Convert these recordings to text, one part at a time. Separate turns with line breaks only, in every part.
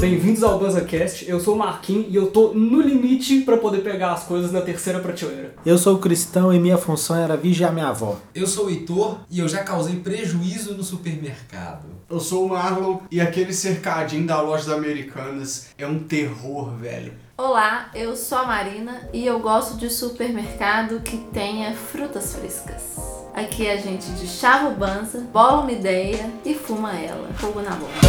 Bem-vindos ao BuzzaCast, eu sou o Marquinhos e eu tô no limite pra poder pegar as coisas na terceira prateleira.
Eu sou cristão e minha função era vigiar minha avó.
Eu sou o Heitor e eu já causei prejuízo no supermercado.
Eu sou o Marlon e aquele cercadinho da loja da Americanas é um terror, velho.
Olá, eu sou a Marina e eu gosto de supermercado que tenha frutas frescas. Aqui é a gente de chava o banza, bola uma ideia e fuma ela. Fogo na boca.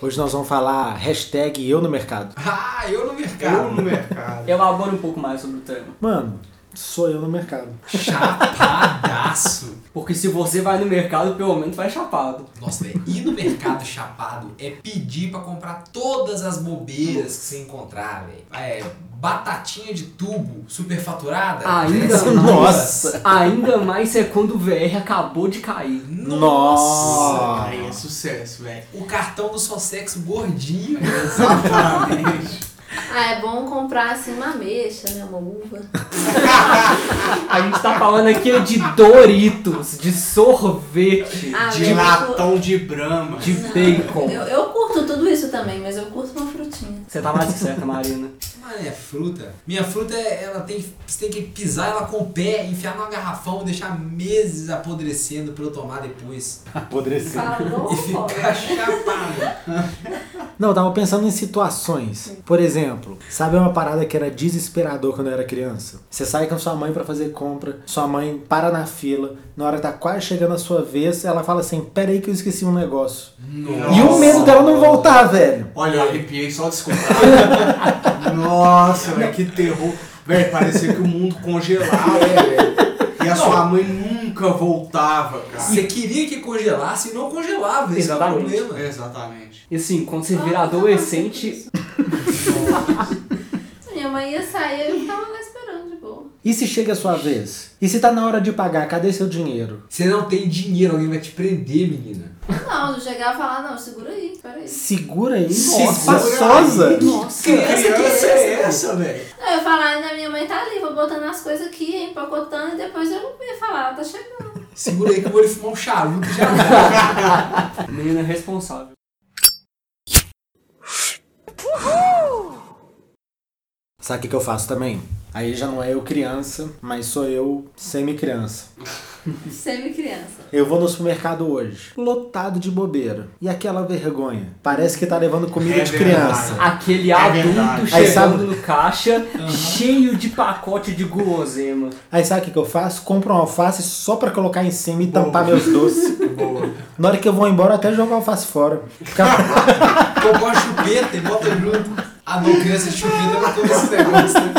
Hoje nós vamos falar hashtag eu no mercado.
Ah, eu no mercado.
Eu no mercado.
Elabore um pouco mais sobre o tema.
Mano, sou eu no mercado.
Chapadaço.
Porque se você vai no mercado, pelo menos vai chapado.
Nossa, velho, ir no mercado chapado é pedir pra comprar todas as bobeiras que você encontrar, velho. É, batatinha de tubo superfaturada.
Ainda
Nossa.
mais.
Nossa.
Ainda mais é quando o VR acabou de cair.
Nossa.
Nossa, aí é sucesso, velho. Tá
O cartão do só sexo gordinho.
Ah, Exatamente.
Ah, é bom comprar assim uma ameixa, né? Uma uva.
A gente tá falando aqui de Doritos, de sorvete,
Ah,
De latão de brama.
de bacon.
Eu, eu curto tudo isso também, mas eu curto uma frutinha.
Você tá mais que certa, Marina.
Mano, é fruta. Minha fruta, é- ela tem, você tem que pisar ela com o pé, enfiar numa garrafão, deixar meses apodrecendo pra eu tomar depois.
Apodrecer.
Falou,
E
É
ficar chapado.
Não, eu tava pensando em situações. Por exemplo, sabe uma parada que era desesperador quando eu era criança? Você sai com sua mãe pra fazer compra, sua mãe para na fila, na hora que tá quase chegando a sua vez, ela fala assim: pera aí que eu esqueci um negócio. E o
Nossa.
medo dela não voltar, velho.
Olha, eu arrepiei só de escutar. Nossa, velho, que terror. Velho, parecia que o mundo congelava, É, velho. E a sua mãe nunca voltava, cara.
Você queria que congelasse e não congelava. Esse
Exatamente.
é o problema.
Exatamente.
E assim, quando você
Ah,
vira adolescente,
Minha mãe ia sair e eu tava lá esperando de boa.
E se chega a sua vez? E se tá na hora de pagar, cadê seu dinheiro?
Você não tem dinheiro, alguém vai te prender, menina.
Não, eu chegava e falava, não, segura aí, peraí.
Segura aí,
Segura
espaçosa.
aí.
Nossa.
Criança,
criança
criança.
é essa, velho?
Não, eu ia falar, ainda minha mãe tá ali, vou botando as coisas aqui, empacotando, e depois eu ia falar, ela tá chegando.
Segura aí que eu vou lhe fumar um charuto já.
menina responsável.
Sabe o que, que eu faço também? Aí já não é eu criança, mas sou eu semi-criança.
Semi-criança.
Eu vou no supermercado hoje, lotado de bobeira. E aquela vergonha? Parece que tá levando comida
É
de
verdade.
criança.
Aquele
É
adulto
verdade.
Aí
chegando
sabe-
no caixa, cheio de pacote de guloseima.
Aí sabe o que, que eu faço? Compro um alface só pra colocar em cima e tampar meus doces.
Boa.
Na hora que eu vou embora, eu até jogo o alface fora. Fica-
Comprar uma chupeta e bota junto. Ah, não, criança de chupeta não toma esse negócio. né?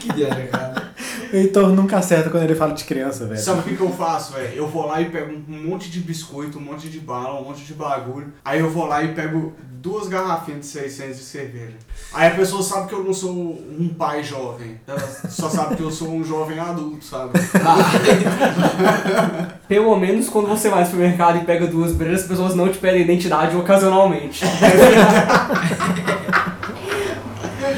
Que ideia, cara.
o Heitor nunca acerta quando ele fala de criança, velho.
Sabe o que, que eu faço, velho? Eu vou lá e pego um monte de biscoito, um monte de bala, um monte de bagulho. Aí eu vou lá e pego duas garrafinhas de 600 de cerveja. Aí a pessoa sabe que eu não sou um pai jovem. Ela só sabe que eu sou um jovem adulto, sabe? Ah,
Pelo menos quando você vai no supermercado e pega duas breiras, as pessoas não te pedem identidade ocasionalmente.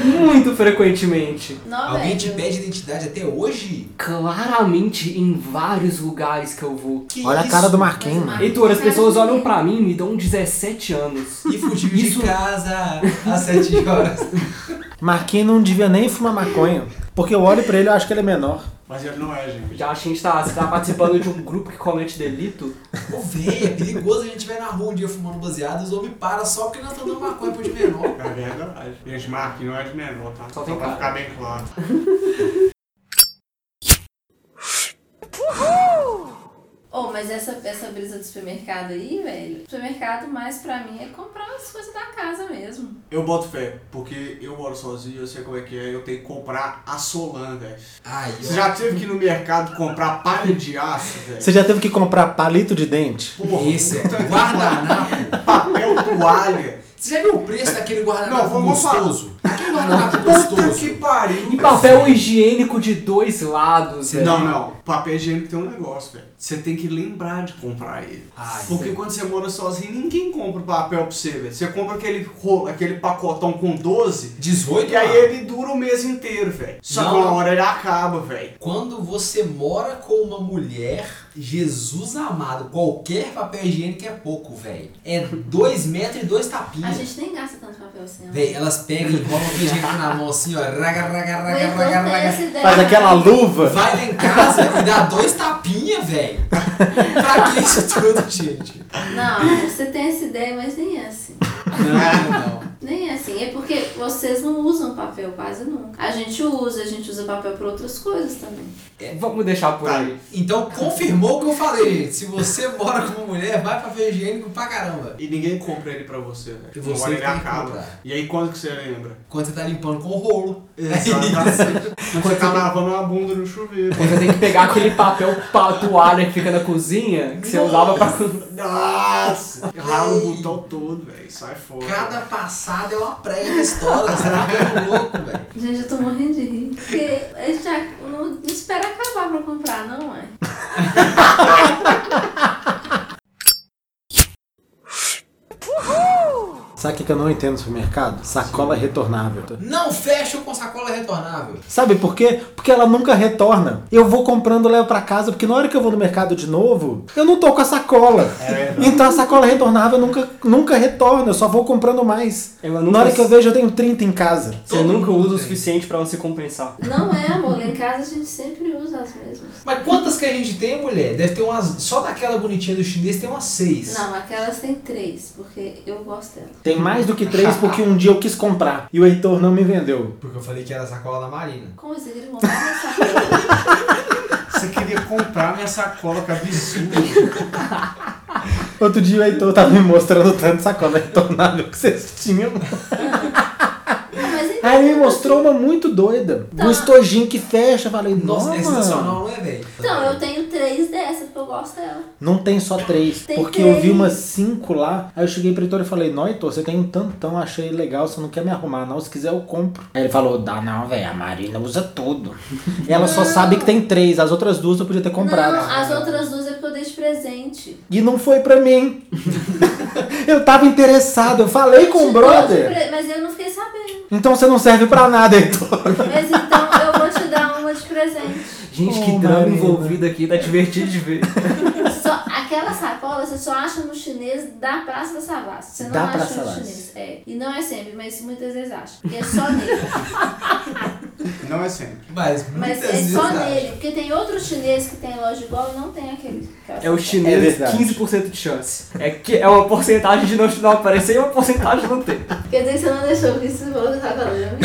Muito frequentemente.
Não,
Ah, Alguém te
velho.
pede identidade até hoje?
Claramente em vários lugares que eu vou.
Que
Olha a
isso?
cara do Marquinhos, mano.
Heitor, as pessoas olham pra mim e me dão 17 anos.
E fugiu
Isso-
de casa às 7 horas.
Marquinhos não devia nem fumar maconha. Porque eu olho pra ele e acho que ele é menor.
Mas ele não é, gente.
Já acho que a gente tá, você tá participando de um grupo que comete delito.
Ô, véi, é perigoso a gente vai na rua um dia fumando baseado, os homens param só porque nós estamos dando maconha pro de menor.
É verdade. Gente, Mark não é de menor, tá?
Só tem
pra
cara.
ficar bem claro.
Oh, mas essa, essa brisa do supermercado aí, velho. Supermercado mais pra mim é comprar as coisas da casa mesmo.
Eu boto fé, porque eu moro sozinho, eu sei como é que é, eu tenho que comprar a Solan, velho.
Ai,
Você já teve que ir no mercado comprar palha de aço, velho?
Você já teve que comprar palito de dente?
ó. Esse é guardanapo.
Papel toalha.
Você já viu o preço daquele
Não,
guardanapo
vamos falar.
gostoso? Aquele guardanapo
Puta
gostoso.
que pariu!
E papel higiênico de dois lados, velho.
Não,
é.
não. Papel higiênico tem um negócio, velho. Você tem que lembrar de comprar ele.
Ai,
Porque
sim.
quando você mora sozinho, ninguém compra papel pra você, velho. Você compra aquele, rolo- aquele pacotão com 12
18
e aí
mano.
ele dura o mês inteiro, velho. Só que
Ah. Não.
uma hora ele acaba, velho.
Quando você mora com uma mulher, Jesus amado, qualquer papel higiênico é pouco, velho. É dois metros e dois
A
tapinhas.
gente nem gasta tanto papel assim. ó.
Véi, elas pegam e enrolam o papel higiênico na mão assim, ó. Raga, raga,
O
raga,
Heitor
raga,
tem
raga.
essa ideia.
Faz aquela luva.
Vai lá em casa e dá dois tapinhas, velho. Pra que isso tudo, gente?
Não, você tem essa ideia, mas nem é assim.
Não, não, não.
Nem é assim. É porque vocês não usam papel quase nunca. A gente usa, a gente usa papel pra outras coisas também.
É, Vamos deixar por
Tá.
aí.
Então confirmou o que eu falei, gente. Se você mora com uma mulher, vai papel higiênico pra caramba.
E ninguém compra ele pra você, velho.
E
Uma
você
hora ele
tem que
acaba.
comprar.
E aí quando que você lembra?
Quando você tá limpando com o rolo.
Exatamente. Quando você tá lavando a bunda no chuveiro.
Você tem que pegar aquele papel pa- toalha que fica na cozinha, que você usava pra.
Nossa! Rala o botão todo, velho. Sai fora.
Cada passada é uma prévia da história. Você tá ficando louco, velho.
Gente, eu tô morrendo de rir. Porque a gente já não, não espera acabar pra comprar, não é?
Sabe o que que eu não entendo no supermercado? Sacola retornável.
Não fecha com sacola retornável.
Sabe por quê? Porque ela nunca retorna. Eu vou comprando, levo pra casa, porque na hora que eu vou no mercado de novo, eu não tô com a sacola.
É
então a sacola retornável nunca, nunca retorna, eu só vou comprando mais.
Ela nunca-
Na hora que eu vejo, eu tenho 30 em casa.
Você
Todo
nunca
mundo
usa o
tem.
suficiente pra você compensar.
Não é, amor. Lá Em casa a gente sempre usa as mesmas.
Mas quantas que a gente tem, mulher? Deve ter umas. Só daquela bonitinha do chinês tem umas seis.
Não, aquelas tem três, porque eu gosto dela.
Tem mais do que três porque um dia eu quis comprar e o Heitor não me vendeu.
Porque eu falei que era sacola da Marina.
Como você queria comprar essa coisa?
Você queria comprar minha sacola, que é absurdo.
Outro dia o Heitor tava me mostrando tanto sacola retornável que vocês tinham.
Não, mas então,
Aí ele me mostrou uma muito doida. Um estojinho que fecha. Eu Falei,
Nossa,
nossa,
é sensacional, não é, velho?
Então, eu tenho três dessas, porque eu gosto dela.
Não tem só três.
Tem
porque
três.
eu vi umas cinco lá. Aí eu cheguei pro Heitor e falei, não, Heitor, você tem um tantão, achei legal, você não quer me arrumar, não. Se quiser, eu compro. Aí ele falou, dá não, velho, a Marina usa tudo. Ela só sabe que tem três, as outras duas eu podia ter comprado.
Não, as outras duas é porque eu dei de presente.
E não foi pra mim. eu tava interessado, eu falei com o
Te dou de
brother.
pre- Mas Tipo, eu não fiquei sabendo.
Então você não serve pra nada, Heitor.
Mas então eu vou te dar uma de presente.
Gente,
Ô,
que drama
Oh, Marina.
envolvido aqui, tá divertido de ver.
Só, aquela sacola você só acha no chinês da Praça da Savassi. Você não
Da
acha
Praça
no
Savassi.
chinês. É. E não é sempre, mas muitas vezes acha. E é só nele.
Não é sempre.
Mas muitas
Mas é
vezes.
só
acho.
nele. Porque tem outro chinês que tem loja igual e não tem aquele.
É o
aquela sacola.
É
chinês,
verdade.
15% de chance. É, que, é uma porcentagem de não, não aparecer e uma porcentagem de não ter.
Quer dizer que você não deixou que isso volta sacola. né?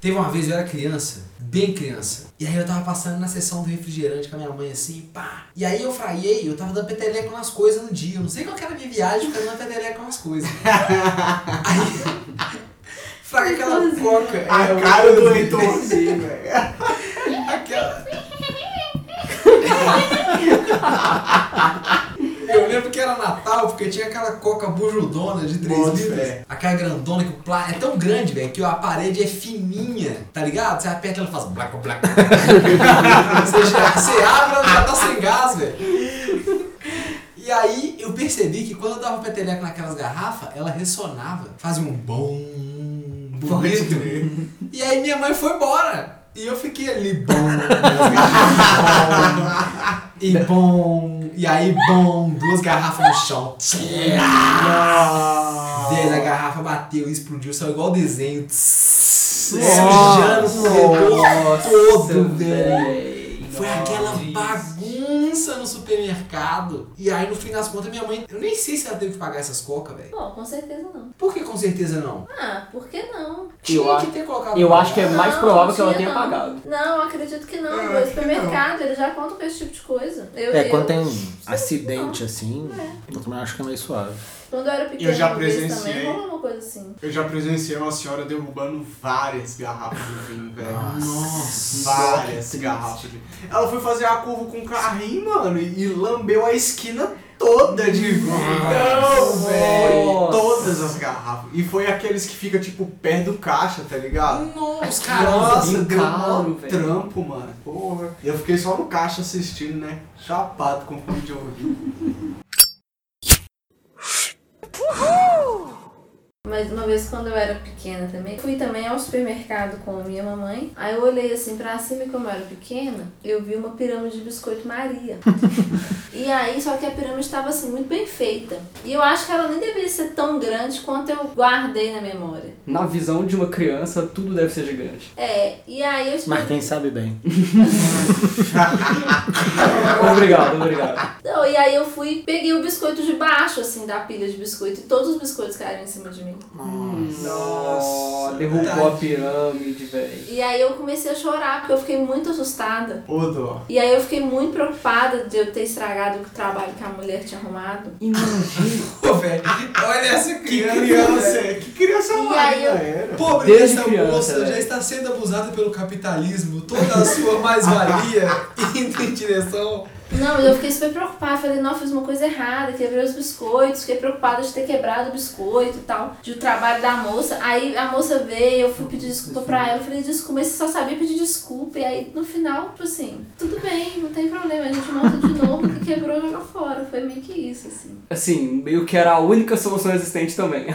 Teve uma vez, eu era criança, bem criança, e aí eu tava passando na sessão do refrigerante com a minha mãe assim, pá. E aí eu fraiei, eu tava dando peteleco nas coisas no dia. Eu não sei qual que era a minha viagem, mas eu dando peteleco nas coisas. aí. Fraguei aquela
Gostosinho.
coca. É,
A
eu-
cara do leitorzinho, velho.
Aquela. Eu lembro que era Natal, porque tinha aquela coca bujudona de 3
Bota
litros. né?
fé.
Aquela grandona que o plástico é tão grande, velho, que a parede é fininha, tá ligado? Você aperta e ela faz blaco, blaco. você, já- você abre, ela já tá sem gás, velho. E aí eu percebi que quando eu dava peteleco naquelas garrafas, ela ressonava. Fazia um bom bonito. E aí minha mãe foi embora. E eu fiquei ali, bom, e bom, e aí bom, duas garrafas no chão.
Ah!
Velho, a garrafa bateu e explodiu, saiu igual o desenho. Sujando o corredor todo, velho. Foi aquela bagunça no supermercado. E aí, no fim das contas, minha mãe. Eu nem sei se ela teve que pagar essas coca, velho.
Bom, com certeza não.
Por que com certeza não?
Ah, por que não?
Tinha
Eu
que
acho-
ter colocado.
eu
pra
acho que é
pagar.
mais
Não,
provável que ela
tinha
tenha
não.
pagado.
Não, acredito que não.
Ah,
Ah,
acho
o
que
supermercado, ele já conta com esse tipo de coisa. Eu,
É,
eu-
quando tem um acidente assim, eu também acho que é meio suave.
Quando eu era pequena,
Eu já
uma vez
presenciei.
também rolou uma coisa assim.
Eu já presenciei uma senhora derrubando várias garrafas de vinho, velho.
Nossa.
várias garrafas de vinho. Ela foi fazer a curva com o carrinho, mano, e lambeu a esquina toda de vinho. Não, velho.
Nossa.
Todas as garrafas. E foi aqueles que fica, tipo, perto do caixa, tá ligado?
Nossa,
Nossa,
caramba.
Nossa,
Hum, bem
deu
caro,
mó
velho.
trampo, mano. Porra. Eu fiquei só no caixa assistindo, né? Chapado com fone de ouvido.
Mas uma vez quando eu era pequena também, fui também ao supermercado com a minha mamãe. Aí eu olhei assim pra cima e como eu era pequena, eu vi uma pirâmide de biscoito Maria. e aí, só que a pirâmide estava assim muito bem feita. E eu acho que ela nem deveria ser tão grande quanto eu guardei na memória.
Na visão de uma criança, tudo deve ser gigante.
É, e aí eu
Mas quem sabe bem.
Obrigado, obrigado.
Não, e aí eu fui, peguei o biscoito de baixo, assim, da pilha de biscoito, e todos os biscoitos caíram em cima de mim.
Nossa, derrubou a
verdade.
pirâmide, velho.
E aí eu comecei a chorar, porque eu fiquei muito assustada.
Ô, dó.
E aí eu fiquei muito preocupada de eu ter estragado o trabalho que a mulher tinha arrumado.
Imagina.
Pô, velho. Olha essa
Que
criança.
criança,
velho.
que criança
E aí
maligna
eu-
era.
Pobre
Desde
dessa
criança,
moça
velho.
já está sendo abusada pelo capitalismo, toda a sua mais-valia indo em direção.
Não, mas eu fiquei super preocupada. Falei, não, eu fiz uma coisa errada, quebrei os biscoitos, fiquei preocupada de ter quebrado o biscoito e tal, de o trabalho da moça. Aí a moça veio, eu fui pedir desculpa pra ela, eu falei, desculpa, mas você só sabia pedir desculpa. E aí no final, tipo assim, tudo bem, não tem problema, a gente monta de novo, o que quebrou joga fora. Foi meio que isso, assim.
Assim, meio que era a única solução existente também.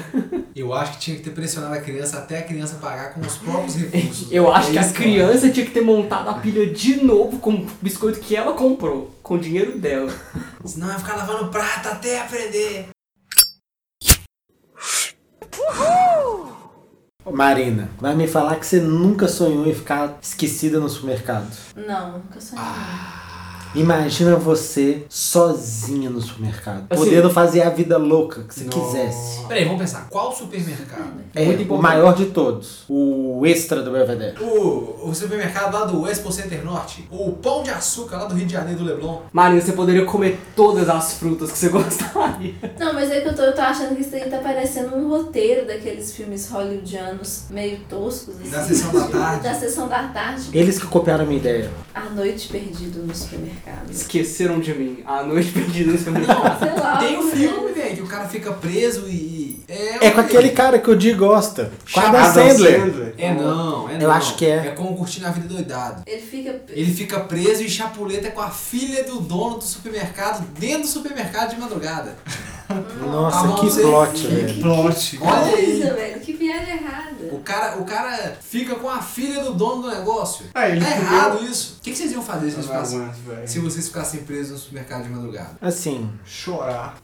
Eu acho que tinha que ter pressionado a criança até a criança pagar com os próprios recursos.
Eu acho
É
que a
isso,
criança tinha que ter montado a pilha de novo com o biscoito que ela comprou, com o dinheiro dela.
cara. Senão vai ficar lavando prato até aprender.
Marina, vai me falar que você nunca sonhou em ficar esquecida no supermercado.
Não, nunca sonhei.
Imagina você sozinha no supermercado,
Assim-
podendo fazer a vida louca que você quisesse.
Peraí, vamos pensar. Qual supermercado?
É,
Muito
o
importante.
maior de todos, o extra do Belvedere.
O, o supermercado lá do Expo Center Norte? O Pão de Açúcar lá do Rio de Janeiro do Leblon?
Marina, você poderia comer todas as frutas que você gostaria.
Não, mas é que eu tô, eu tô achando que isso aí tá parecendo um roteiro daqueles filmes hollywoodianos meio toscos, assim.
Da sessão da tarde.
Da sessão da tarde.
Eles que copiaram a minha ideia.
A noite perdido no supermercado.
Esqueceram de mim. A noite perdida é no supermercado.
Não,
Sei lá. né?
tem um filme, velho, que o cara fica preso e. e-
É com
velho.
aquele cara que o Di gosta, com a Adam
Adam
Sandler.
É não, é
Eu
não.
acho que é.
É como curtindo a vida doidado.
Ele fica.
Ele fica preso e chapuleta com a filha do dono do supermercado dentro do supermercado de madrugada.
Nossa,
Tá bom,
que
você-
plot, velho.
Plot.
Olha aí.
Nossa, velho, que viagem errada.
O cara, o cara fica com a filha do dono do negócio.
É, ele
tá
comeu-
errado isso. O que, que vocês iam
Tá
fazer se vocês,
Não
ficassem,
aguento, velho.
se vocês ficassem presos no supermercado de madrugada?
Assim,
Chorar.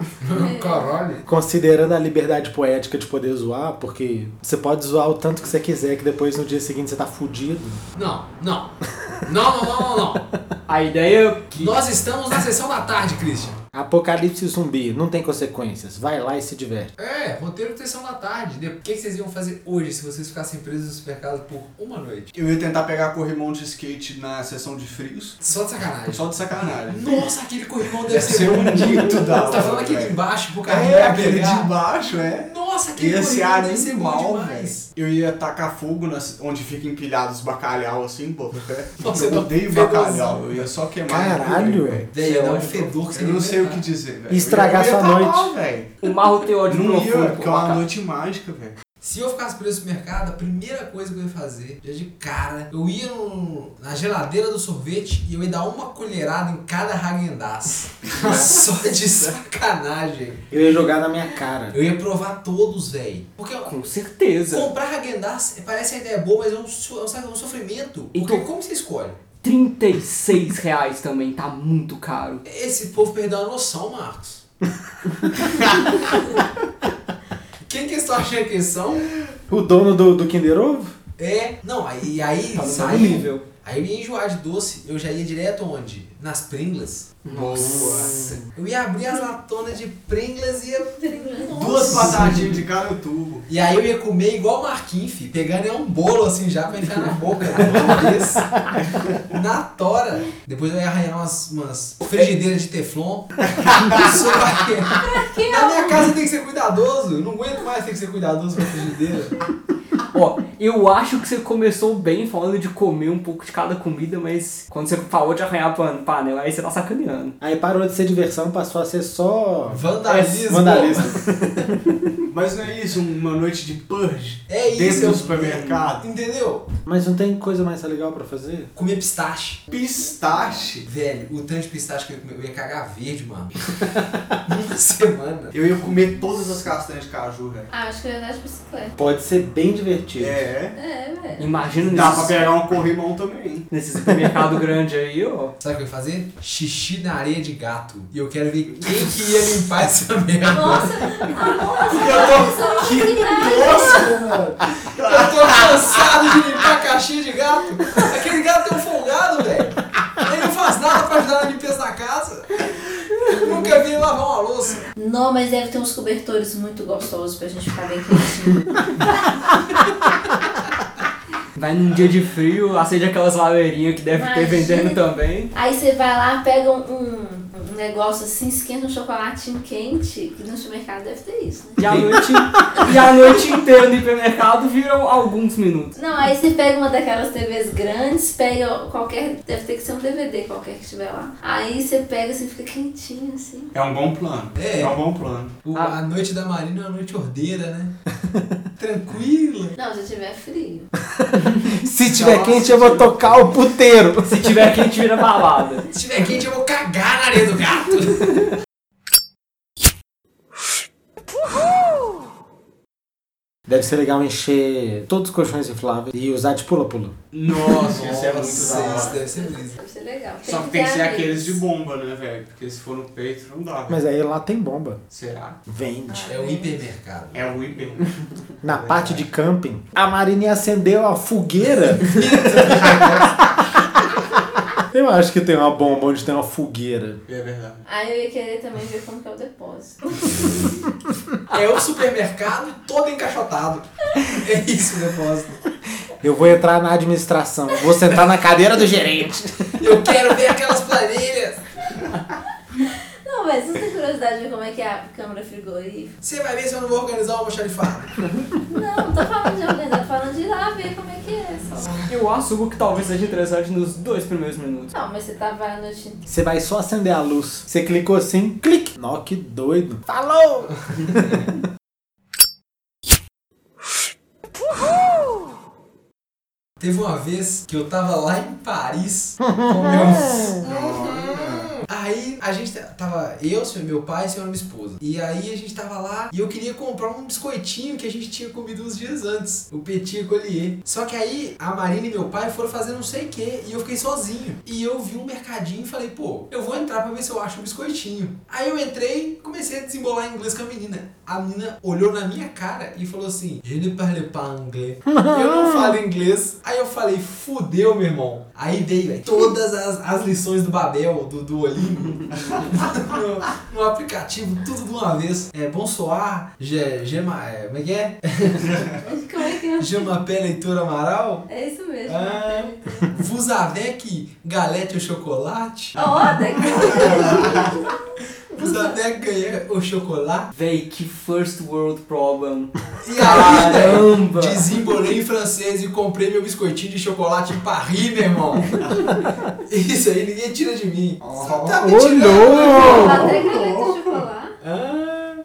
Caralho.
considerando a liberdade poética de poder zoar, porque você pode zoar o tanto que você quiser, que depois no dia seguinte você tá fudido.
Não, não. Não, não, não, não, não.
A ideia que.
Nós estamos na sessão da tarde, Christian.
Apocalipse zumbi, não tem consequências. Vai lá e se diverte.
É, roteiro de sessão da tarde. De- O que, que vocês iam fazer hoje se vocês ficassem presos no supermercado por uma noite?
Eu ia tentar pegar corrimão de skate na sessão de frios.
Só de sacanagem.
Só de sacanagem.
Nossa, aquele corrimão deve
Deve
ser
ser um
bonito.
dito da
Você tá falando
hora,
aquele de
velho.
baixo pro carrinho
É,
é,
aquele
pegar.
de baixo, é.
Nossa, aquele
Ia ser
corrimão deve ser bom
animal, velho.
demais.
Eu ia tacar fogo nas, onde fica empilhados os bacalhau, assim, pô. até-
Nossa, tá
eu
não-
odeio
fedozão.
bacalhau. Eu ia só queimar.
Caralho!
tudo, velho.
Velho, ia dar um fedor que você
é Eu não sei o que
aguentar.
dizer, velho.
E estragar
Eu ia
sua
tá
noite.
mal, velho.
é O Marro tem ódio
Não
profundo.
ia,
por
porque é uma
macaco.
noite mágica, velho.
Se eu ficasse preso no supermercado, a primeira coisa que eu ia fazer, já de cara, eu ia no- na geladeira do sorvete e eu ia dar uma colherada em cada Häagen-Dazs. Só de sacanagem.
Eu ia jogar na minha cara.
Eu ia provar todos, velho. Porque eu-
Com certeza.
comprar Häagen-Dazs parece uma ideia boa, mas é um, so- é um sa- um sofrimento. Porque
Então-
como você escolhe?
36 reais também, tá muito caro.
Esse povo perdeu a noção, Marcos. Quem que estão achando que são?
O dono do, do Kinder Ovo?
É. Não, aí, aí
Tá no mesmo
saiu.
nível.
Aí eu ia enjoar de doce, eu já ia direto onde? Nas Pringles. Nossa! Eu ia abrir as latonas de Pringles e ia...
Duas batatinhas de cada tubo.
E aí eu ia comer igual o Marquinhos, fi, pegando é um bolo assim já pra enfiar na boca. Uma vez. na tora. Depois eu ia arranhar umas, umas frigideiras de teflon. Isso vai-
Que
Na minha casa tem que ser cuidadoso. Eu não aguento mais ter que ser cuidadoso com a frigideira.
Ó, eu acho que você começou bem falando de comer um pouco de cada comida, mas quando você falou de arranhar pan- panela, aí você tá sacaneando.
Aí parou de ser diversão, passou a ser
É
só.
Vandalismo.
Vandalismo.
Mas não é isso, uma noite de purge?
É isso.
Dentro
eu-
do supermercado.
Entendeu?
Mas não tem coisa mais legal pra fazer?
Comer pistache.
Pistache.
Velho, o tanto de pistache que eu ia comer, eu ia cagar verde, mano. Uma semana.
Eu ia comer todas as castanhas de caju, velho.
Ah, acho que eu ia andar de bicicleta.
Pode ser bem divertido.
É.
É, velho.
Imagina
Dá pra
nesses,
pegar um corrimão também.
nesse supermercado grande aí, ó.
Sabe o que eu ia fazer? Xixi na areia de gato. E eu quero ver quem que ia limpar essa merda.
Nossa, amor,
Eu tô... Que tosco, mano.
Eu tô cansado de limpar a caixinha de gato. Aquele gato é um folgado, velho. Ele não faz nada pra ajudar na limpeza da casa. Eu nunca vi ele lavar uma louça.
Não, mas deve ter uns cobertores muito gostosos pra gente ficar bem quentinho.
Vai num dia de frio, acende aquelas laveirinhas que deve ter
Imagina.
vendendo também.
Aí você vai lá, pega um, um- um negócio assim, esquenta um chocolatinho quente, que no supermercado deve ter isso, né?
E a noite, e a noite inteira no hipermercado viram alguns minutos.
Não, aí você pega uma daquelas TVs grandes, pega qualquer. Deve ter que ser um DVD qualquer que tiver lá. Aí você pega assim, fica quentinho assim.
É um bom plano.
É.
É um bom plano.
O-
Ah.
A noite da Marina é uma noite ordeira, né? Tranquila.
Não, se tiver frio.
Se tiver
Nossa,
quente, eu vou tocar o puteiro.
Se tiver quente, vira balada.
Se tiver quente, eu vou cagar na areia do gato.
Deve ser legal encher todos os colchões infláveis e usar de pula-pula.
Nossa, isso
Nossa,
é muito da
isso
hora.
deve ser brisa.
Deve ser legal.
Só que tem que
ter
ser
amigos.
aqueles de bomba, né, velho? Porque se for no peito, não dá. velho.
Mas aí lá tem bomba.
Será?
Vende.
É o hipermercado.
É o hiper.
Na
É
parte de camping, a Marina ia acendeu a fogueira. eu acho que tem uma bomba onde tem uma fogueira.
É verdade.
Aí eu ia querer também ver como que é o depósito.
É o supermercado todo encaixotado. É isso o depósito.
Eu vou entrar na administração, vou sentar na cadeira do gerente.
Eu quero ver aquelas planilhas.
Não, mas você tem curiosidade de ver como é que é a câmara frigorífica?
Você vai ver se eu não vou organizar o almoxarifado.
Não, não tô falando de organizar, tô falando de ir lá ver como é que é só.
Eu assumo que talvez seja interessante nos dois primeiros minutos.
Não, mas você tava a noite inteira.
Você vai só acender a luz. Você clicou assim, clique. Nó, que doido. Falou!
Teve uma vez que eu tava lá em Paris com meu... Aí a gente tava, eu, seu- meu pai e senhora minha esposa. E aí a gente tava lá e eu queria comprar um biscoitinho que a gente tinha comido uns dias antes, o Petit Collier. Só que aí a Marina e meu pai foram fazer não sei o que e eu fiquei sozinho. E eu vi um mercadinho e falei, pô, eu vou entrar pra ver se eu acho um biscoitinho. Aí eu entrei e comecei a desembolar em inglês com a menina. A menina olhou na minha cara e falou assim: Je ne parle pas anglais. Eu não falo inglês. Aí eu falei, fudeu, meu irmão. Aí veio velho, todas as, as lições do Babel, do, do Olimpo, no, no aplicativo, tudo de uma vez. É, bonsoir, je, je, ma- é, como é que é?
Como é que é?
Je m'appelle Heitor Amaral.
É isso mesmo.
Ah. Vous avez que galete o chocolate?
Ó,
Vous euh, avez ganhar o chocolate?
Véi, que first world problem.
E
Ah,
aí, velho,
Caramba!
Desembolei em francês e comprei meu biscoitinho de chocolate em Paris, meu irmão. Isso aí ninguém tira de mim. Você tá me
Oh,
tirando,
não.
meu irmão.
Lá tem galeta de chocolate.
Ah,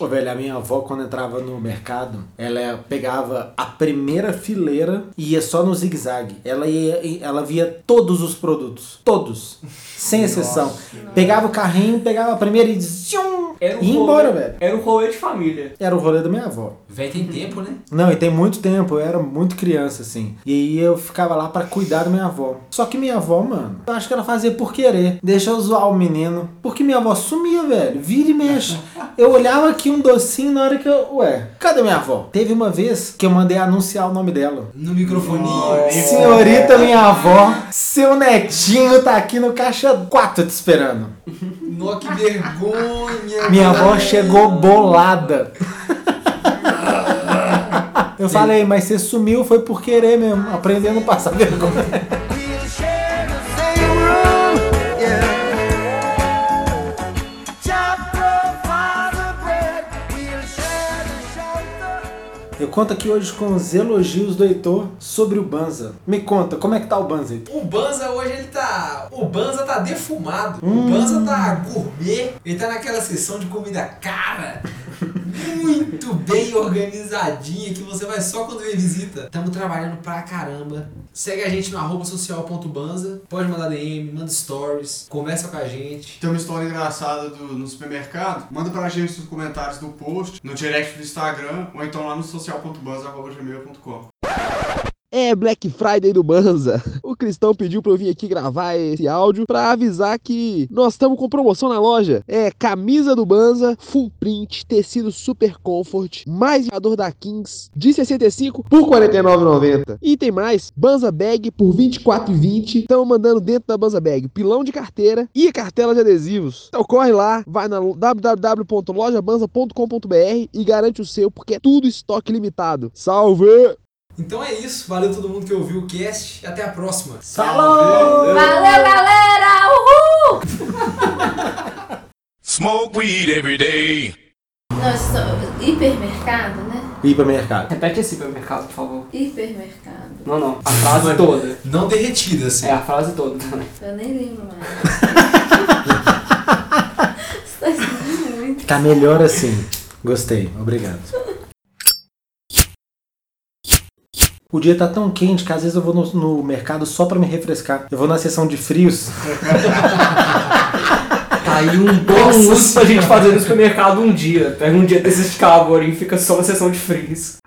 Ô, velho, a minha avó, quando entrava no mercado, ela pegava a primeira fileira e ia só no zigue-zague. Ela, ia, ela via todos os produtos. Todos. Sem exceção. Pegava o carrinho, pegava a primeira e... Zium,
Era
e ia embora, velho.
Era o rolê de família.
Era o rolê da minha avó.
Véi, tem tempo, né?
Não, e tem muito tempo, eu era muito criança, assim. E aí eu ficava lá pra cuidar da minha avó. Só que minha avó, mano, eu acho que ela fazia por querer. Deixa eu zoar o menino. Porque minha avó sumia, velho. Vira e mexe. Eu olhava aqui um docinho na hora que eu. Ué, cadê minha avó? Teve uma vez que eu mandei anunciar o nome dela.
No microfoninho.
Senhorita, minha avó, seu netinho tá aqui no caixa 4 te esperando.
Nó, que vergonha.
Minha
cara.
avó chegou bolada. Eu falei, mas você sumiu foi por querer mesmo, aprendendo a passar vergonha. Eu conto aqui hoje com os elogios do Heitor sobre o Banza. Me conta, como é que tá o Banza, Heitor?
O Banza hoje ele tá. O Banza tá defumado. O Banza tá gourmet. Ele tá naquela sessão de comida cara. Muito bem organizadinha que você vai só quando vem visita. Tamo trabalhando pra caramba. Segue a gente no arroba social.banza. Pode mandar DM, manda stories, conversa com a gente.
Tem uma história engraçada do- no supermercado? Manda pra gente nos comentários do post, no direct do Instagram, ou então lá no social.buzz.gmail.com.
É Black Friday do Banza. O Cristão pediu pra eu vir aqui gravar esse áudio pra avisar que nós estamos com promoção na loja. É camisa do Banza, full print, tecido super comfort, mais jogador da Kings de 65 por 49,90. E tem mais, Banza Bag por 24,20. Estamos mandando dentro da Banza Bag pilão de carteira e cartela de adesivos. Então corre lá, vai na www.lojabanza.com.br e garante o seu porque é tudo estoque limitado. Salve!
Então é isso. Valeu todo mundo que ouviu o cast. Até a próxima.
Falou!
Valeu, galera! Uhul!
Smoke weed every day.
Nós somos hipermercado, né?
Ir pra mercado.
Repete esse supermercado, por favor.
Hipermercado.
Não, não. A frase toda.
Não derretida, assim.
É, a frase toda.
Eu nem lembro mais. Isso tá escrito muito.
Tá melhor assim. Gostei, obrigado. O dia tá tão quente que às vezes eu vou no, no mercado só pra me refrescar. Eu vou na seção de frios.
Tá aí um bom uso pra gente fazer no supermercado um dia. Pega um dia desses de calor e fica só na sessão de frios.